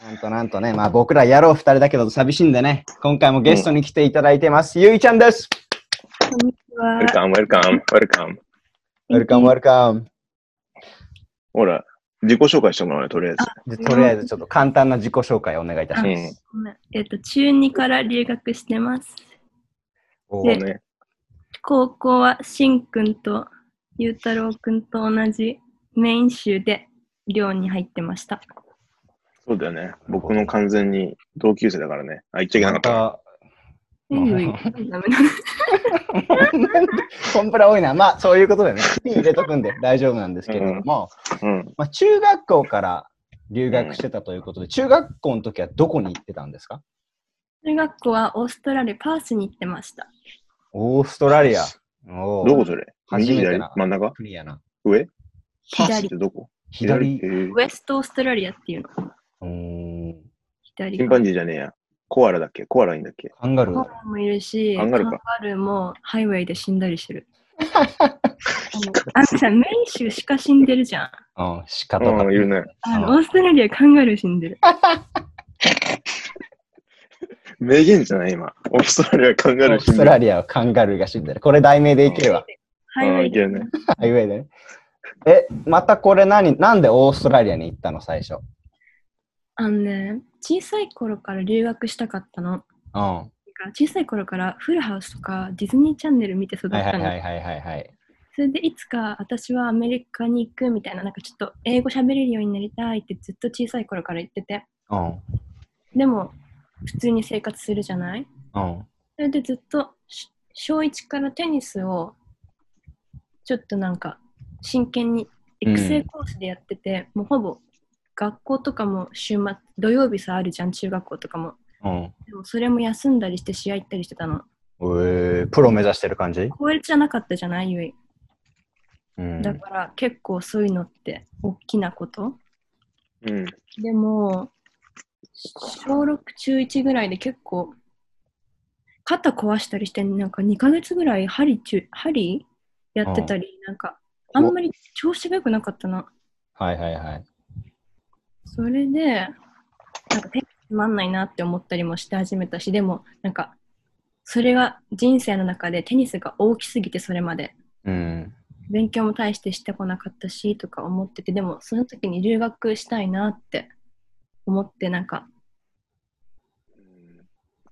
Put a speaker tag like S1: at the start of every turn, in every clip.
S1: なんとなんとね、まあ僕ら野郎二人だけど寂しいんでね、今回もゲストに来ていただいてます。ゆいちゃんです。
S2: Welcome, welcome, welcome.
S1: ウェルカムウェルカム。
S2: ほら、自己紹介してもらおうよ、とりあえず。
S1: じゃとりあえずちょっと簡単な自己紹介をお願いいたします。
S2: うん。
S3: ごめんえっと、中2から留学してます。
S1: お
S2: そう
S1: ー
S2: ね。
S3: 高校はしんくんとゆうたろうくんと同じメイン州で寮に入って ました。
S2: そうだよね。僕も完全に同級生だからね。あ、言っちゃいけなか
S1: ま
S2: った
S3: う
S1: うん
S3: んうんダメだね
S1: コンプラ多いな。まあ、そういうことでね。入れとくんで大丈夫なんですけれども、
S2: た。うん。
S1: まあ、中学校から留学してたということで、中学校の時はどこに行ってたんですか
S3: 中学校はオーストラリア、パースに行ってました。
S1: オーストラリア。お
S2: どこ
S1: う
S2: それ
S1: 初め
S2: 右
S1: てな
S2: 左真ん中
S1: 国やな。
S2: 上パスっ
S3: 左、
S2: てどこ
S1: 左。
S2: えー
S3: ウェストオーストラリアっていうの。
S1: うーん。
S3: 左
S2: チンパンジーじゃねえや。コアラだっけコアラいいんだっけ
S1: カンガルー
S3: カン
S1: だ
S3: ガ。ルーもいるし、
S2: カンガルーか
S3: もハイウェイで死んだりし てる。あのあのさ、メイン州しか死んでるじゃん。
S1: うん、鹿とか
S2: うん、い。るね。
S3: あの
S1: あ
S3: オーストラリアカンガルー死んでる。
S2: 名言じゃない今。オーストラリアカン
S1: オ
S2: ガル
S1: ー
S2: ー死
S1: ス
S2: ん
S1: ト
S2: で
S1: ラ
S2: る。
S1: リアはカンガルーが死んでる。これ題名でいければ。
S3: ハイウ
S2: あ
S3: ェ
S2: ー
S3: イ
S2: いけるね。
S1: ハイウェイでね。え、またこれ何、なんでオーストラリアに行ったの、最初。
S3: あのね、小さい頃から留学したかったの。なんか
S1: うん。は
S3: 小さい頃からフルハウスとかディズニーチャンネル見て育っ
S1: いはい
S3: たの。
S1: はいはいはいはい。
S3: それでいつか私はアメリカに行くみたいな、なんかちょっと英語喋れるようになりたいってずっと小さい頃から言ってて。
S1: うん。
S3: でも、普通に生活するじゃない
S1: うん。
S3: それでずっとし小1からテニスをちょっとなんか真剣に育成コースでやってて、もうほぼ学校とかも週末土曜日さあるじゃん中学校とかも
S1: うん。
S3: でもそれも休んだりして試合行ったりしてたの
S1: えー、プロ目指してる感じ
S3: 公立じゃなかったじゃないゆい
S1: うん
S3: だから結構そういうのって大きなこと
S2: うん。
S3: でも小6中1ぐらいで結構肩壊したりしてなんか2ヶ月ぐらい針中針やってたり、なんかあんまり調子が良くなかったの
S1: はいはいはい。
S3: それでなんか手がつまんないなって思ったりもして始めたしでもなんかそれが人生の中でテニスが大きすぎてそれまで
S1: うん。
S3: 勉強も大してしてこなかったしとか思っててでもその時に留学したいなって思ってなんか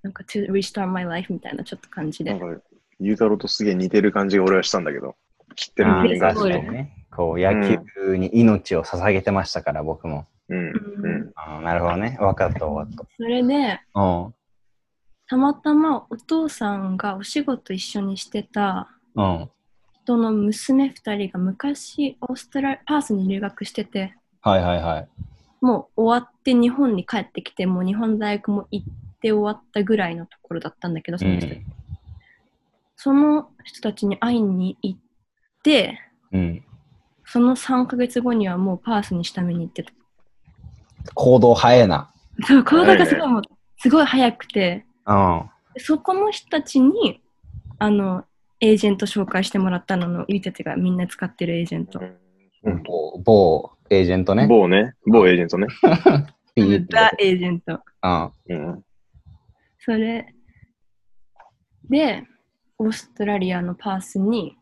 S3: なんか to restart my life みたいなちょっと感じ
S2: な
S3: で
S2: んか、ゆうたろうとすげえ似てる感じが俺はしたんだけど。知ってる
S1: あ
S2: 人
S1: ー
S2: 間が
S1: 確かにね。こう、野球に命を捧げてましたから、僕も。
S2: うん。うん。
S1: あーなるほどね。分かった、分かっ
S3: それで
S1: た。うん。
S3: たまたまお父さんがお仕事一緒にしてた
S1: うん。
S3: 人の娘2人が昔オーストラリアパースに留学してて
S1: はいはいはい。
S3: もう終わって日本に帰ってきてもう日本大学も行って終わったぐらいのところだったんだけど
S1: う
S3: その人,、
S1: ん。
S3: その人たちに会いに行って
S1: うん。
S3: その3ヶ月後にはもうパースに下見に行ってた。
S1: 行動早えな。
S3: そう、行動がすごいもう、すごい早くて、
S1: うん。
S3: そこの人たちに、あの、エージェント紹介してもらったのの、ゆいたちがみんな使ってるエージェント。
S2: うん
S1: 某某エージェントね。
S2: 某ね。某エージェントね。
S1: ピーって
S3: ザ・エージェント。
S1: うん。
S2: うん。
S3: それで、オーストラリアのパースに、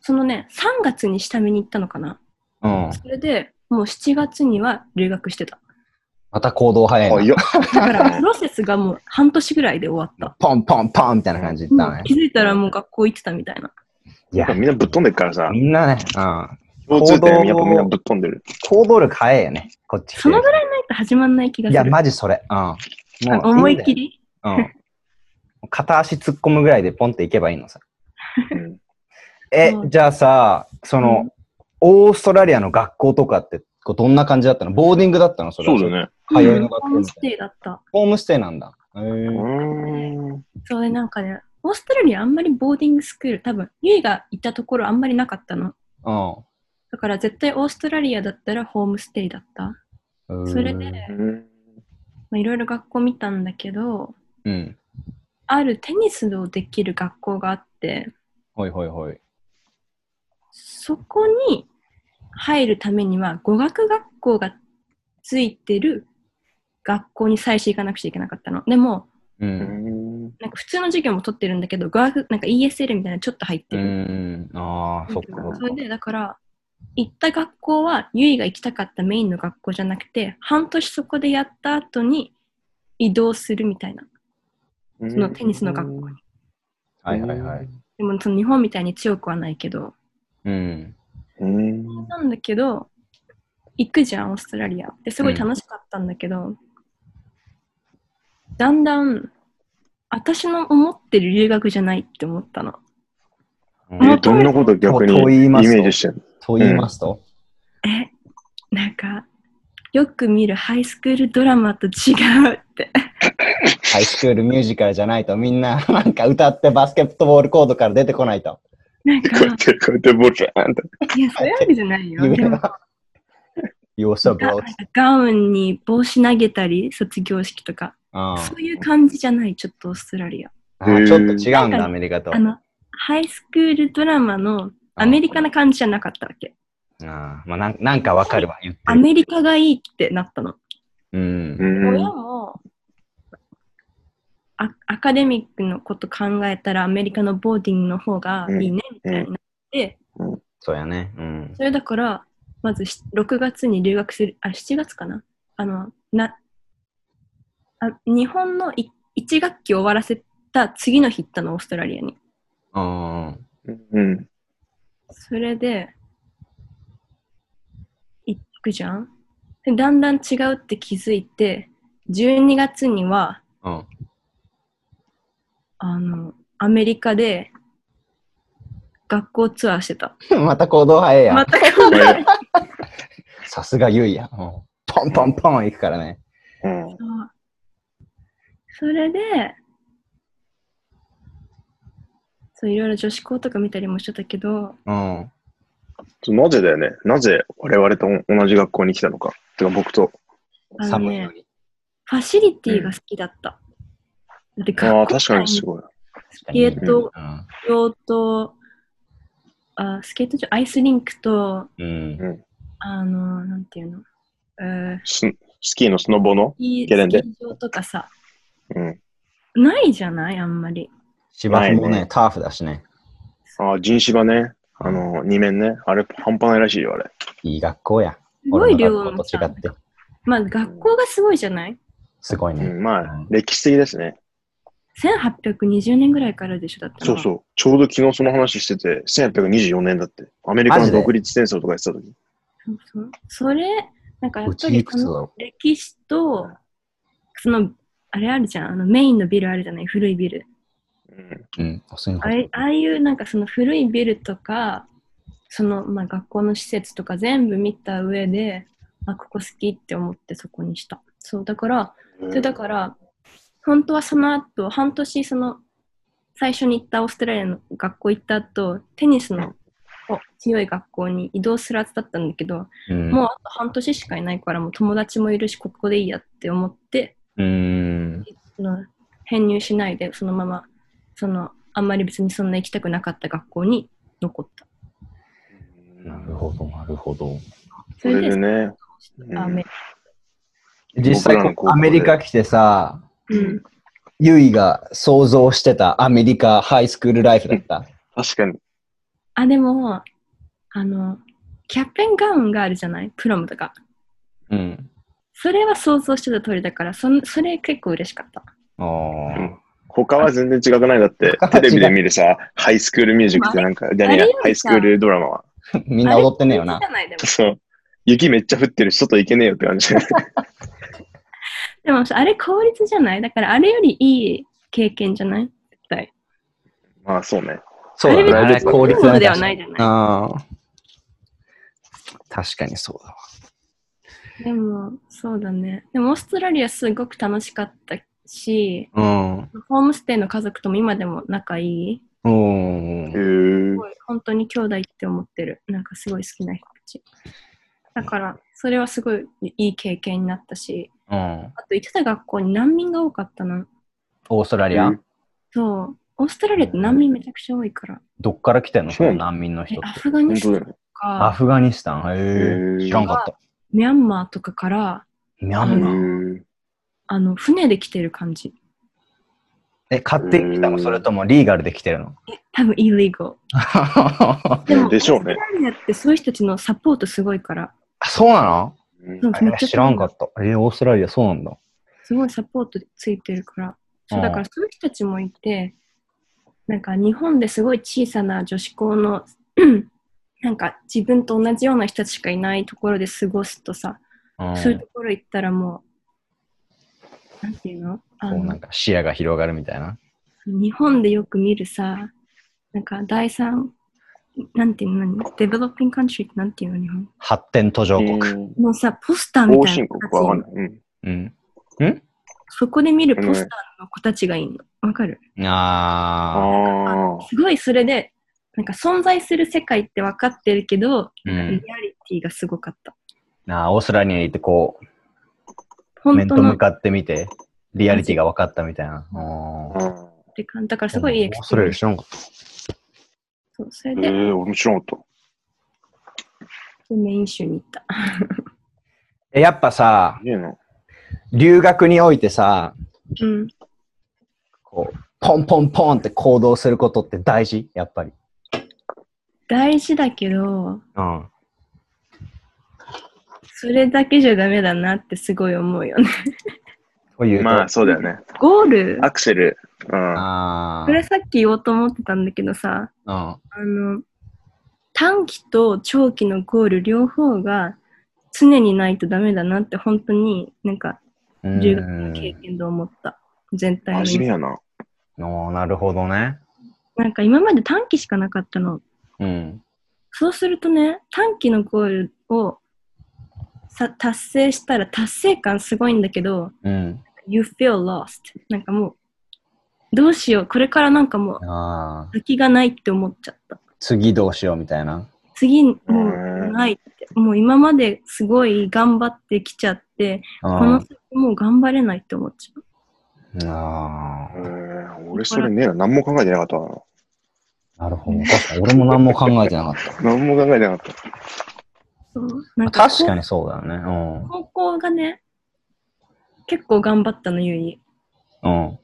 S3: そのね、3月に下見に行ったのかな。
S1: うん。
S3: それでもう7月には留学してた。
S1: また行動早いな。
S2: 早っ。
S3: だから、プロセスがもう半年ぐらいで終わった。
S1: ポンポンポンみたいな感じで言ったの
S3: う
S1: ね
S3: ん。気づいたらもう学校行ってたみたいな。
S1: いや、
S2: みんなぶっ飛んでるからさ、
S1: みんなね、うん。
S2: 共通点やっぱみんなぶっ飛んでる。
S1: 行動力早いよね、こっち来て
S3: そのぐらいないと始まんない気が
S1: い
S3: す
S1: や、
S3: る。
S1: マジそれ。うん。も
S3: あ
S1: う
S3: 思い切
S1: り。
S3: り
S1: うん。片足突っ込むぐらいでポンっていけばいいのさ。
S2: うん
S1: え
S3: う、ん
S1: じゃあさ、その、
S3: うん
S1: オーストラリアの学校とかって、こうどんな感じだったのボーディングだったのそれ
S2: そ
S1: は。
S2: うだね。
S1: 通いの学
S3: ホ
S1: 校
S3: ーム
S1: み
S3: ス
S1: たいな。
S3: テイだった。
S1: ホームステイなんだ。へ
S2: う
S1: ー
S2: ーん。
S3: それなんかね、オーストラリアあんまりボーディングスクール、多分、ゆいがいたところあんまりなかったの。だから絶対オーストラリアだったらホームステイだった。
S1: うん。
S3: それで、
S1: う
S2: うん
S3: まあ、いろいろ学校見たんだけど、
S1: ん。
S3: あるテニスをできる学校があって、
S1: ほいほいほい。
S3: そこに入るためには語学学校がついてる学校に再始行かなくちゃいけなかったの。でも、
S1: う。
S2: うんん。
S3: なんか普通の授業も取ってるんだけど、語学、なんか ESL みたいなのちょっと入って
S1: う
S3: る。
S1: ん。ああ、そっかそっ
S3: それ
S1: か。
S3: で、だから、行った学校は、ゆいが行きたかったメインの学校じゃなくて、半年そこでやった後に移動するみたいな、そのテニスの学校に。
S1: はいはいはい。。
S3: でも、その日本みたいに強くはないけど、
S1: うん。
S2: うん。
S3: なんだけど、行くじゃん、オーストラリア。で、すごい楽しかったんだけど、だんだん、私の思ってる留学じゃないって思ったの。
S2: え
S3: もっ
S2: どんなこと逆に
S1: と言い
S2: イ
S1: ますと
S2: メージして る
S1: と言いますと、
S3: え、なんか、よく見るハイスクールドラマと違うって。
S1: ハイスクールミュージカルじゃないと、みんな なんか歌ってバスケットボールコードから出てこないと。
S3: なんか
S2: こ、うやって、こうやってボールじゃんって。
S3: いや、そういうわけじゃないよ。
S1: 夢
S3: でも、
S1: が。You're so
S3: ガ
S1: broad.
S3: ガウンに帽子投げたり、卒業式とか、
S1: あ
S3: そういう感じじゃない、ちょっとオーストラリア。
S1: あー、
S2: へー
S1: ちょっと違うん
S3: なん
S1: だ、
S3: か
S1: アメリカと。
S3: あの、ハイスクールドラマのアメリカな感じじゃなかったわけ。
S1: あーまあ、なんなんかわかるわ、言って
S3: ア
S1: る。
S3: メリカがいいってなったの。
S1: うん
S2: う。
S3: 親
S2: ん。
S3: もあアカデミックのこと考えたらアメリカのボーディングの方がいいねみたいになって、
S1: そうやね。うん。
S3: それだからまずし6月に留学するあ7月かなあのなあ日本の1学期終わらせた次の日行ったのオーストラリアに
S1: あ
S2: うん。
S3: それで行くじゃんでだんだん違うって気づいて12月には
S1: あ。うん。
S3: あの、アメリカで学校ツアーしてた。
S1: また行動早いや
S3: ま。た
S1: さすがゆいや。うんポンポンポン行くからね。
S2: うん。
S3: それで、そういろいろ女子校とか見たりもしてたけど、
S1: うん。
S2: なぜだよね。なぜ我々と同じ学校に来たのか。てか僕と。
S3: あの
S1: 寒い
S3: ね
S1: の、に。
S3: ファシリティが好きだった。だって
S2: ああ、
S3: 学校
S2: 確かに
S3: 内に
S2: すごい。
S1: ス
S3: ケート
S1: うん。
S3: 用と、あスケート場、アイスリンクと、
S1: うん。
S3: あの、なんていうの、えー
S2: ススキーのスノボの
S3: スキー
S2: ゲレンデ
S3: スキー場とかさ、
S2: うん。
S3: ないじゃないあんまり。
S1: 芝生も
S2: ない
S1: ね、ターフだしね。
S2: ああ、人芝ね。あの、二面ね。あれ、半端ないらしいよ、あれ。
S1: いい学校や。
S3: すごい量
S1: 俺の学
S3: の
S1: 校と違って。
S3: まあ学校がすごいじゃない
S1: すごいうね。
S2: ん、まあ、歴史的ですね。
S3: ?1820 年ぐらいからでしょだった
S2: そう
S3: う。
S2: そう。ちょうど昨日その話してて、1824年だって。アメリカ
S1: マ
S2: の
S1: ジで
S2: 独立戦争とかやってた時。
S3: そうそうそれ、なんかや
S1: う
S3: っぱ
S1: ちい
S3: り
S1: く
S3: こ
S1: つだ
S3: の
S1: ろ
S3: 歴史と、その、あれあるじゃん、あのメインのビルあるじゃない、古いビル。
S2: うん。
S1: う。うん。あそういうの
S3: あれああいうなんかその古いビルとか、そのまあ学校の施設とか全部見た上で、あ、ここ好きって思ってそこにした。そう、だから、それだから、本当はその後、半年、その、最初に行ったオーストラリアの学校行った後、テニスのお強い学校に移動するはずだったんだけど、
S1: うん
S3: もうあと半年しかいないから、もう友達もいるし、ここでいいやって思って、
S1: うん。
S3: その編入しないで、そのまま、その、あんまり別にそんな行きたくなかった学校に残った。
S1: なるほど、なるほど。
S3: そ
S2: そ
S3: れ
S2: れで
S3: で、
S2: ね、
S3: アメ
S1: 実際
S2: 僕らの高校、で
S1: アメリカ来てさ、
S3: うん、
S1: ゆいが想像してたアメリカハイスクールライフだった。
S2: 確かに。
S3: あ、でも、あの、キャッペンガウンがあるじゃないプロムとか。
S1: うん。
S3: それは想像してた通りだから、そんそれ結構嬉しかった。
S1: ああ
S2: うん他は全然違くないだって
S1: 他、は違
S2: テ
S1: う
S2: レビで見るさ、ハイスクールミュージックってなんか、じゃねえや
S3: あれよりさ
S2: ハイスクールドラマは。
S1: みんな踊ってねえよ
S3: あ
S1: な
S3: れ。じゃないでも
S2: そう。雪めっちゃ降ってるし、外行けねえよって感じ。
S3: でもさあれ効率じゃないだからあれよりいい経験じゃない絶対。
S2: まあそうね。
S1: そうだね。
S2: あれ別に
S1: 効率
S3: プロではないじゃない。
S1: ああ。確かにそうだわ。
S3: でも、そうだね。でも、オーストラリアすごく楽しかったし、
S1: うん。
S3: ホームステイの家族とも今でも仲いい。
S1: うん
S2: へ。ー
S3: すごい本当に兄弟って思ってる。なんかすごい好きな人たち。だから、それはすごいいい経験になったし、
S1: うん。
S3: あと行ってた学校に難民が多かったの。
S1: オーストラリア、
S2: うん
S3: そう。オーストラリアって難民めちゃくちゃ多いから。
S1: どっから来てんの
S2: そ
S1: そうの難民の
S3: え
S1: 人っ
S3: ア
S1: て。
S3: フガニ
S2: 本
S3: ス
S2: 当
S3: タ
S2: だよ
S3: ンと
S2: ね。
S1: ア
S3: か、
S1: フガニスタン。へ
S2: へ
S1: え。
S2: ー
S1: 知らんかった。
S3: ミャンマーとかから、
S1: ミャンマー。
S2: う
S3: あの、船で来てる感じ。
S1: え、買ってきた
S2: うー
S1: の
S2: ん
S1: それともリーガルで来てるの
S3: 多分、イリーゴ。
S1: あ、
S3: でも、
S2: でしょうね
S3: オーストラリアってそういう人たちのサポートすごいから、
S1: そうなの
S2: うん
S3: そうめっち
S1: え
S3: ゃ
S1: 知らんかった。え、オーストラリアそうなんだ。
S3: すごいサポートついてるから。そううんだからそういう人たちもいて、なんか日本ですごい小さな女子校の、 なんか自分と同じような人たちしかいないところで過ごすとさ、
S1: うん、
S3: そういうところ行ったらもう、なんていうの
S1: こう
S3: あ
S1: な
S3: の
S1: んか視野が広がるみたいな。
S3: 日本でよく見るさ、なんか第三、なんていうの、何デベロッピングカントリーってなんていうの、日本。
S1: 発展途上国。
S2: うん
S3: のさ、ポスターみ
S2: 後
S3: たい
S2: 進
S3: な
S2: 国
S3: 形
S2: はわかんない。うん
S1: うん。
S3: そこで見るポスターの子たちがいいの。わかる
S1: ああ。
S2: あ
S3: すごいそれで、なんか存在する世界って分かってるけど、
S1: うん
S3: なんかリアリティがすごかった。
S1: あーオーストラリアに行ってこう、
S3: 本
S1: 面
S3: 当
S1: と
S3: の
S1: 向かってみて、リアリティが分かったみたいな。あー
S2: あ。
S3: 時間だからすごいいいエ
S1: オ
S3: ク
S1: ー
S3: ス
S1: ス
S3: ペ
S1: ト
S3: リ
S1: ラ
S3: エ
S1: リ
S3: ン
S1: ア知ら
S3: ス
S1: んかった。
S3: そうそれ
S2: ええ
S3: で、
S2: ー、俺も知らなかっ
S3: メイン州に行った。
S1: えやっぱさ
S2: た。、いいな。
S1: 留学においてさ、
S3: うん。
S1: こう、ポンポンポンって行動することって大事やっぱり。
S3: 大事だけど、
S1: うん。
S3: それだけじゃダメだなってすごい思うよね。
S1: というと。
S2: まあ、そうだよね。
S3: ゴール
S2: アクセル。うん。
S1: あ
S3: これさっき言おうと思ってたんだけどさ、
S1: あ。
S3: あの、短期と長期のゴール両方が常にないとダメだなって本当になんか
S1: うん。
S3: 留学の経験で思った。全体
S2: 真面目
S3: に。
S2: やな。
S1: うんおーなるほどね。
S3: なんか今まで短期しかなかったの。
S1: うん。
S3: そうするとね、短期のゴールをさ達成したら達成感すごいんだけど、
S1: うん。
S3: you feel lost. なんかもう、どうしよう。これからなんかもう
S1: ああ。
S3: 先がないって思っちゃった。
S1: 次どうしようみたいな。
S3: 次も
S2: う
S3: うんないって。もう今まですごい頑張ってきちゃって、
S1: う
S3: この
S1: ん。
S3: 先もう頑張れないって思っちゃう。
S1: あ
S2: えー、俺それねえな。何も考えてなかったわ
S1: あ。なるほど。確かに俺も何も考えてなかっ
S2: な。何も考えてなかった。
S3: そうなん
S1: た。確
S3: こ
S1: か
S3: う
S1: にそうだね。うん。
S3: 高校がね、結構頑張ったの、ゆい。
S1: うん。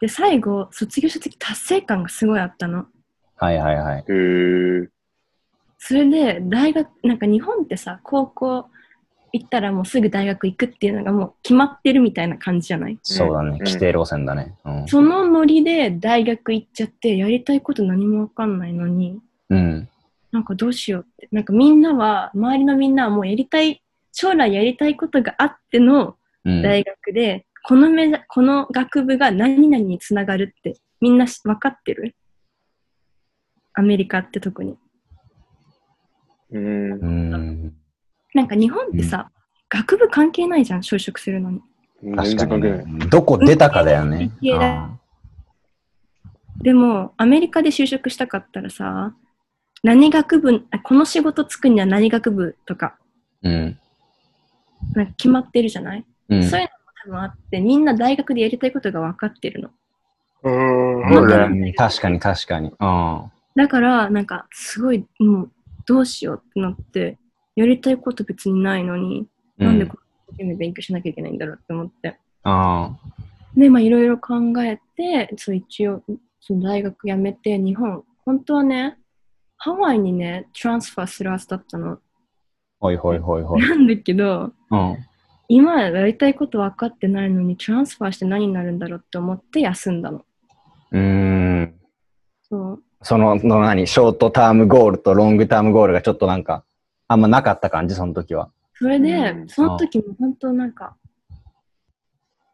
S3: で、最後、卒業した時達成感がすごいあったの。
S1: はいはいはい。
S2: へえー。
S3: それで、大学、なんか日本ってさ、高校行ったらもうすぐ大学行くっていうのがもう決まってるみたいな感じじゃない
S1: そうだ
S2: うん
S1: ね。規定路線だね。うん。
S3: そのノリで大学行っちゃって、やりたいこと何もわかんないのに、
S1: うん。
S3: なんかどうしようって。なんかみんなは、周りのみんなはもうやりたい、将来やりたいことがあっての
S1: うん。
S3: 大学で、このめざこの学部が何々につながるってみんなし分かってるアメリカって特に。
S2: うん
S1: う。ん。
S3: なんか日本ってさ、学部関係ないじゃん、就職するのに。
S2: 全
S1: 確
S2: 然
S1: か
S2: 関
S1: に
S2: 係ない
S1: ね。。どこ出たかだよね。
S3: 理系だ
S1: うん
S3: でも、アメリカで就職したかったらさ、何学部、あこの仕事つくには何学部とか、
S1: うん。
S3: なんか決まってるじゃない、
S1: うん。
S3: そういうのも多分あって、みんな大学でやりたいことが分かってるの。
S2: うん
S3: そうだよ
S1: うん確かに確かに。うん。
S3: だから、なんか、すごい、もう、どうしようってなって、やりたいこと別にないのに、なんでこんな一生懸命勉強しなきゃいけないんだろうって思って。
S1: あ
S3: で、まあ、いろいろ考えて、そう、一応、その大学辞めて、日本、本当はね、ハワイにね、トランスファーするはずだったの。
S1: あ、ほいほいほいほい。
S3: なんだけど、
S1: うん。
S3: 今やりたいこと分かってないのに、トランスファーして何になるんだろうって思って休んだの。
S1: うーん。
S3: そう。
S1: その、の何、ショートタームゴールとロングタームゴールがちょっとなんか、あんまなかった感じ、その時は。
S3: それで、
S2: うん
S3: その時も本当なんか、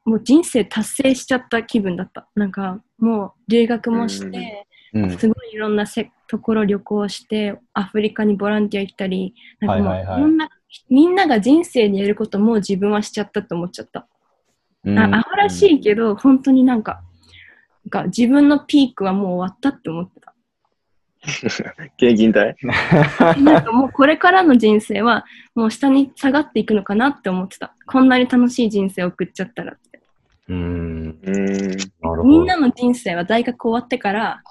S3: もう人生達成しちゃった気分だった。なんか、もう留学もして、
S2: うん
S1: うん。
S3: すごいいろんなせところ旅行して、アフリカにボランティア行ったり、なんかもう、
S1: はいいはいはい
S3: ろんな、みんなが人生でやることもう自分はしちゃったと思っちゃった。
S1: うん
S3: あアホらしいけど、本当になんか、なんか自分のピークはもう終わったって思っ てた。
S2: 経験体
S3: なんかもうこれからの人生は、もう下に下がっていくのかなって思ってた。こんなに楽しい人生を送っちゃったらって。
S1: うーん。な
S2: うん。
S1: るほど。
S3: みんなの人生は大学終わってから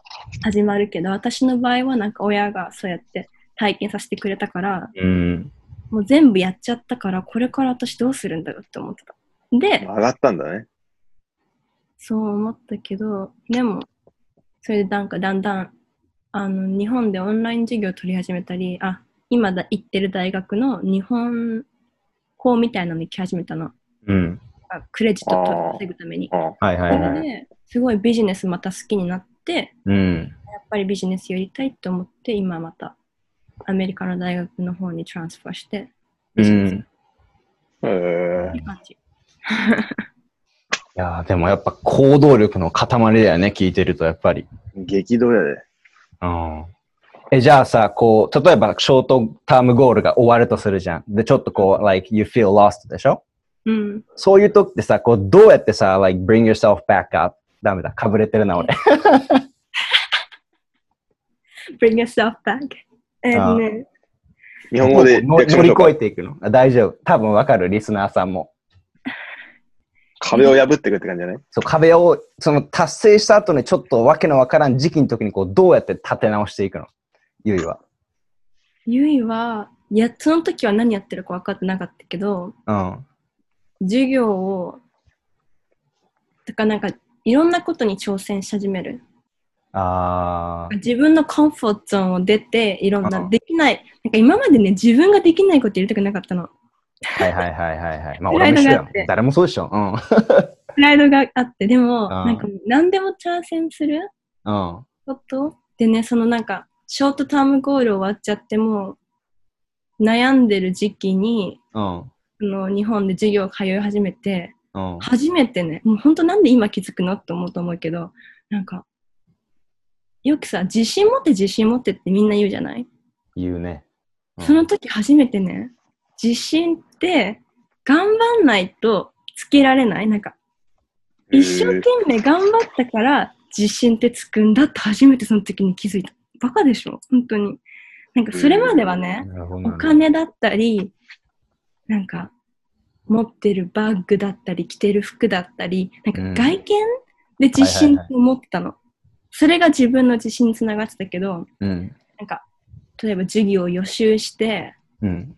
S3: 始まるけど、私の場合はなんか親がそうやって体験させてくれたから、
S1: うん。
S3: もう全部やっちゃったから、これから私どうするんだろうって思ってた。で、
S2: 上がったんだね。
S3: そう思ったけど、でも、それでなんかだんだん、あの、日本でオンライン授業を取り始めたり、あ、今だ行ってる大学の日本校みたいなのに行き始めたの。
S1: うん。
S3: あクレジット取り稼ぐために。
S2: ああ
S1: はいは
S3: そ
S1: いは
S3: れ
S1: い。
S3: ですごいビジネスまた好きになって、
S1: うん。
S3: やっぱりビジネスやりたいと思って、今またアメリカの大学の方にトランスファーして、
S1: う
S3: ビジネス
S1: ん。
S2: へえ
S3: って感じ。
S1: いやーでもやっぱ行動力の塊だよね、聞いてるとやっぱり。
S2: 激動やで。
S1: うん。え、じゃあさ、こう、例えばショートタームゴールが終わるとするじゃん。で、ちょっとこう、like, you feel lost でしょ
S3: うん。
S1: そういう時ってさ、こう、どうやってさ、like, bring yourself back up. ダメだ、かぶれてるな、俺。
S3: Bring yourself back. え
S1: あー
S3: ーね、
S2: 日 本語で
S1: 乗り
S2: 略
S1: 乗
S2: しま
S1: り
S2: しょうか
S1: 越えていくの。あ大丈夫。多分わかる、リスナーさんも。
S2: 壁を破っていくって感じじゃない
S1: そう、壁を、その達成した後にちょっとわけのわからん時期の時にこう、どうやって立て直していくのゆいは。
S3: ゆいは、いや、その時は何やってるか分かってなかったけど、
S1: うん。
S3: 授業をだからなんかいろんなことに挑戦し始める
S1: あー。
S3: 自分のコンフォートゾーンを出ていろん
S1: う
S3: なんできないなんか今までね自分ができないことやりたくなかったの
S1: はいはいはいはい はい。まあ、
S3: プ
S1: 俺
S3: ライ
S1: も
S3: ド
S1: 一緒だ
S3: があ
S1: よ
S3: って。
S1: 誰もそうでしょ。うん。
S3: プライドがあってでも
S1: あー
S3: なんか何でも挑戦する
S1: うん。
S3: ことでねそのなんかショートタームゴール終わっちゃっても悩んでる時期に
S1: うん。
S3: あの日本で授業通い始めて
S1: うん。
S3: 初めてね、もう本当なんで今気づくのって思うと思うけど、なんか、よくさ、自信持って自信持ってってみんな言うじゃない、
S1: 言うね。うん
S3: その時初めてね、自信って頑張んないとつけられないなんか、一生懸命頑張ったから自信ってつくんだって初めてその時に気づいた。バカでしょ本当に。なんかそれまではね、
S1: なるほど
S3: お
S1: ね
S3: 金だったり、なんか、持ってるバッグだったり、着てる服だったり、なん
S1: うん
S3: か外見で自信を持ってたの。それが自分の自信につながってたけど、
S1: うん。
S3: なんか、例えば授業を予習して、
S1: うん。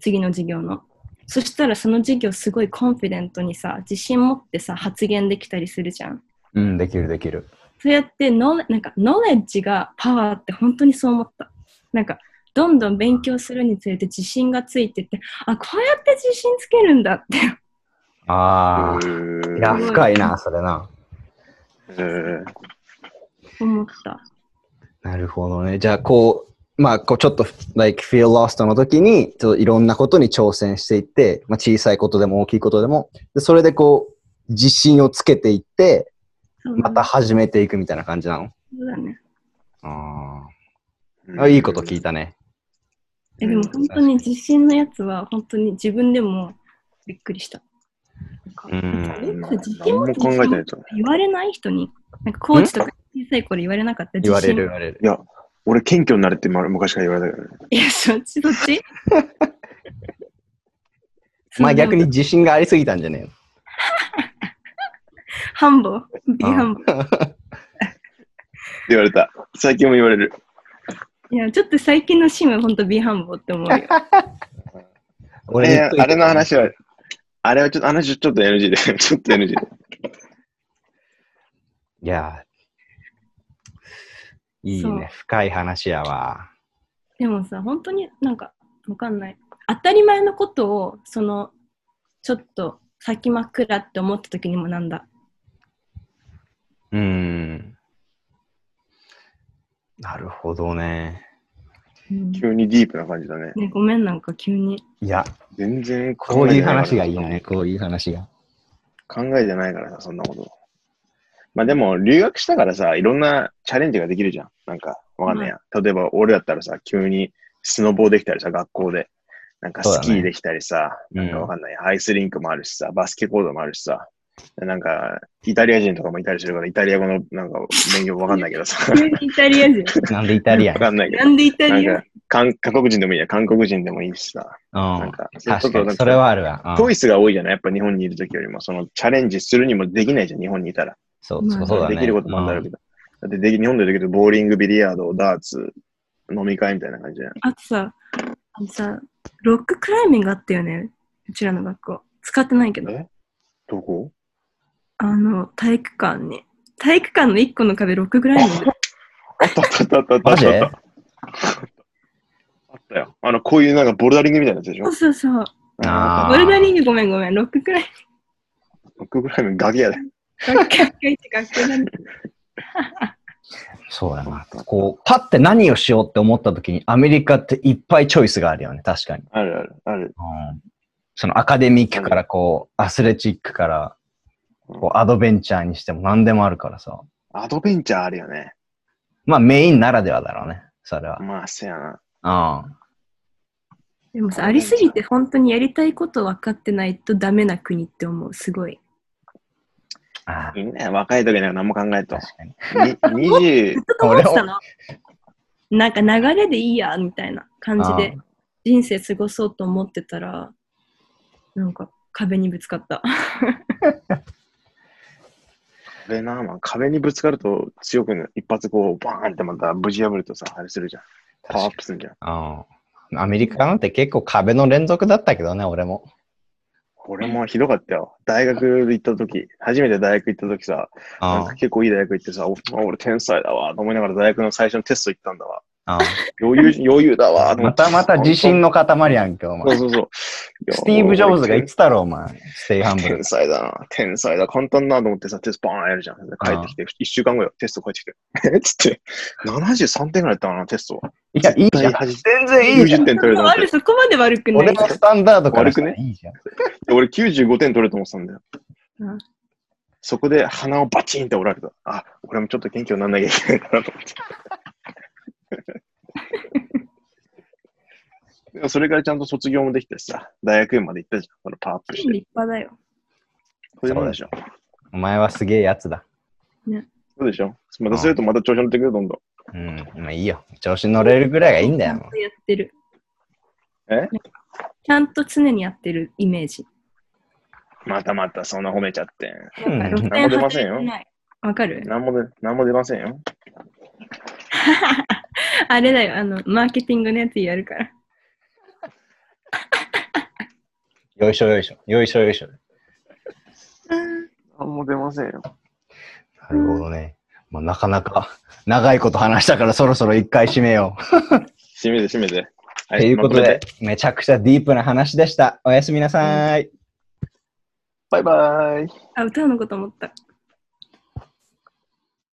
S3: 次の授業の。そしたらその授業すごいコンフィデントにさ、自信持ってさ、発言できたりするじゃん。
S1: うん、できるできる。
S3: そうやってノレなんかノレッジがパワーって本当にそう思った。なんかどんどん勉強するにつれて自信がついてって、あ、こうやって自信つけるんだって。
S1: ああ。いや、
S2: や
S3: すごい
S1: 深いな、それな。
S3: 思った。
S1: なるほどね。じゃあ、こう、まあ、こう、ちょっと、like, feel lost の時に、ちょっといろんなことに挑戦していって、まあ、小さいことでも大きいことでも、でそれでこう、自信をつけていって、
S3: そう
S1: また始めていくみたいな感じなの
S3: そうだね。
S1: あーあ。いいこと聞いたね。
S3: えでも本当に自信のやつは本当に自分でもびっくりした。なんか
S1: うん
S3: よく自
S2: 何
S3: 信持って
S2: も
S3: 自
S2: 考え
S3: 信
S2: て
S3: 持
S2: な
S3: っ
S2: い
S3: て
S2: と。
S3: 言われない人に、なんかコーチとか小さい頃言われなかった
S1: 言われ
S3: 自
S1: る
S3: 信
S1: 言われる
S2: い。や、俺謙虚になれってま昔から言われたからね。
S3: いや、そっちそっち
S1: まあ、逆に。自信がありすぎたんじゃねえの
S3: ハンボ。ビハンボ。
S2: 言われた。最近も言われる。
S3: いや、ちょっと最近のシムは本当美繁忙って思う よ。
S1: 俺に
S2: え
S1: 言っといて
S2: ーあれの話は、あれはちょっと、あの話ちょっと NG で、 ちょっと NG で。
S1: いやー、いい
S3: そう
S1: ね。深い話やわ。
S3: でもさ、本当になんか、わかんない。当たり前のことを、その、ちょっと先真っ暗って思った時にもなんだ。
S1: うーん。なるほどね。
S3: うん
S2: 急にディープな感じだね。
S3: ね、ごめんなんか急に。
S1: いや、
S2: 全然
S1: こ
S2: 考え
S1: うい
S2: て
S1: う
S2: なから
S1: 話がいいよね。こういう話が。
S2: 考えてないからさ、そんなこと。まあでも、留学したからさ、いろんなチャレンジができるじゃん。なんか、わかんないや。例えば、俺だったらさ、急にスノボーできたりさ、学校で。なんか、
S1: そうだ
S2: ス
S1: ね
S2: キーできたりさ、
S1: うん
S2: なんかわかんない、アイスリンクもあるしさ、バスケコートもあるしさ。でなんか、イタリア人とかもいたりするから、イタリア語のなんか勉強わかんないけ どさ。
S3: 急にイタリ ア人。
S1: なんでイタリア
S2: わかんないけど
S3: な。んでイタ
S2: なん
S3: リア
S2: か
S3: 人
S2: 韓、韓国人でもいいや、韓国人でもいいしさ。
S1: ン
S2: な
S1: うんん。
S2: か、そういうこ
S1: 確
S2: と
S1: か
S2: なん
S1: に、それはあるわ。う
S2: チョ
S1: ん
S2: イスが多いじゃないやっぱ日本にいる時よりも、そのチャレンジするにもできないじゃん、日本にいたら。
S1: そうそうそうだね。
S2: できることもある
S1: うん
S2: けど。だってでき日本でできるボーリング、ビリヤード、ダーツ、飲み会みたいな感じじゃん。
S3: あとさ、あのさ、ロッククライミングあったよね。うちらの学校。使ってないけど。
S2: えどこ
S3: あの、体育館ね。体育館の1個の壁6ぐらいの。
S2: あったあったあったあったあ
S1: マ
S2: っ
S1: ジ
S2: たあった。あったよ。あの、こういうなんかボルダリングみたいなやつでしょ
S3: そうそうそう。
S1: あー
S3: ボルダリングごめんごめん。6ぐらい。
S2: ロックグライムガキやで。
S3: 学級会って学級なんだ。
S1: そうだな。こう、パって何をしようって思った時に、アメリカっていっぱいチョイスがあるよね、確かに。
S2: あるある、あ
S1: う
S2: る。
S1: ん、そのアカデミックから、こう、アスレチックから、こう、アドベンチャーにしても何でもあるからさ。
S2: アドベンチャーあるよね。
S1: まあ、メインならではだろうね、それは。
S2: まあ、せやな。
S1: うん。
S3: でもさ、ありすぎて本当にやりたいこと分かってないとダメな国って思う。すごい。
S1: ああ
S2: いいね。若い時なんか何も考えと。
S1: 確かに。
S2: に20
S3: ずっと思ってたの。なんか流れでいいや、みたいな感じで人生過ごそうと思ってたら、なんか壁にぶつかった。
S2: 壁な、まあ、壁にぶつかると強くな一発こう、バーンってまたぶち破るとさ、あれするじゃん。パワーアップするじゃん。
S1: うん。アメリカなんて結構壁の連続だったけどね、俺も。
S2: 俺もひどかったよ。大学行った時、初めて大学行った時さ、なんか結構いい大学行ってさ、お俺天才だわと思いながら大学の最初のテスト行ったんだわ。
S1: うん
S2: 余裕、余裕だわと思
S1: ま
S2: って
S1: たまた自信の塊やんけ、お
S2: そう
S1: 前。
S2: そうそう。
S1: スティーブ・ジョブズが言
S2: い
S1: っ。てたろ、お前。ステイハンブル
S2: 天。才だな、天才だ、簡単だなと思ってさ、テストバーンやるじゃん。帰ってきて、1週間後よ、テスト帰ってきて。 えっつって、73点ぐらいだったかな、テストは。
S1: いや、いいじゃん。
S2: 絶
S1: 全然いいじゃ
S2: 90
S1: ん。
S2: 点取れ たと思っ
S3: 悪
S2: て
S3: いそこまで悪くな
S1: 俺
S3: い。
S1: のスタンダードからしたらいいじゃん。
S2: 俺95点取れると思ってたんだよ。
S3: うん
S2: そこで鼻をバチンって折られた。あ、俺もちょっと元気にならなきゃいけないかなと思 って。でもそれからちゃんと卒業もできてさ、大学院まで行ったじゃん。このパワーアップして。
S3: 立派だよ。
S2: そういうもんでしょ。
S1: お前はすげえやつだ。
S2: そうでしょ。またするとまた調子乗ってくる、どんどん。
S1: うん。まあいいよ。調子乗れるぐらいがいいんだ
S3: ちゃん
S1: よ。
S3: とやってる。
S2: え
S3: ちゃんと常にやってるイメージ。
S2: またまたそんな褒めちゃって。
S1: うん
S3: なんか
S2: なんも出ませんよ
S3: 露天派手じゃないわかる
S2: なんもで、なんも出ませんよ。
S3: あれだよ、あの、マーケティングのやつやるから。
S1: よいしょよいしょ。よいしょよいしょ。
S2: なんも出ませんよ。
S1: なるほどね。まあ、なかなか長いこと話したからそろそろ一回締めよう。
S2: 閉めて閉めて。は
S1: ということ
S2: まとめ
S1: で
S2: て、
S1: めちゃくちゃディープな話でした。おやすみなさーい。
S2: バイバーイ。
S3: あ、歌うのかと思った。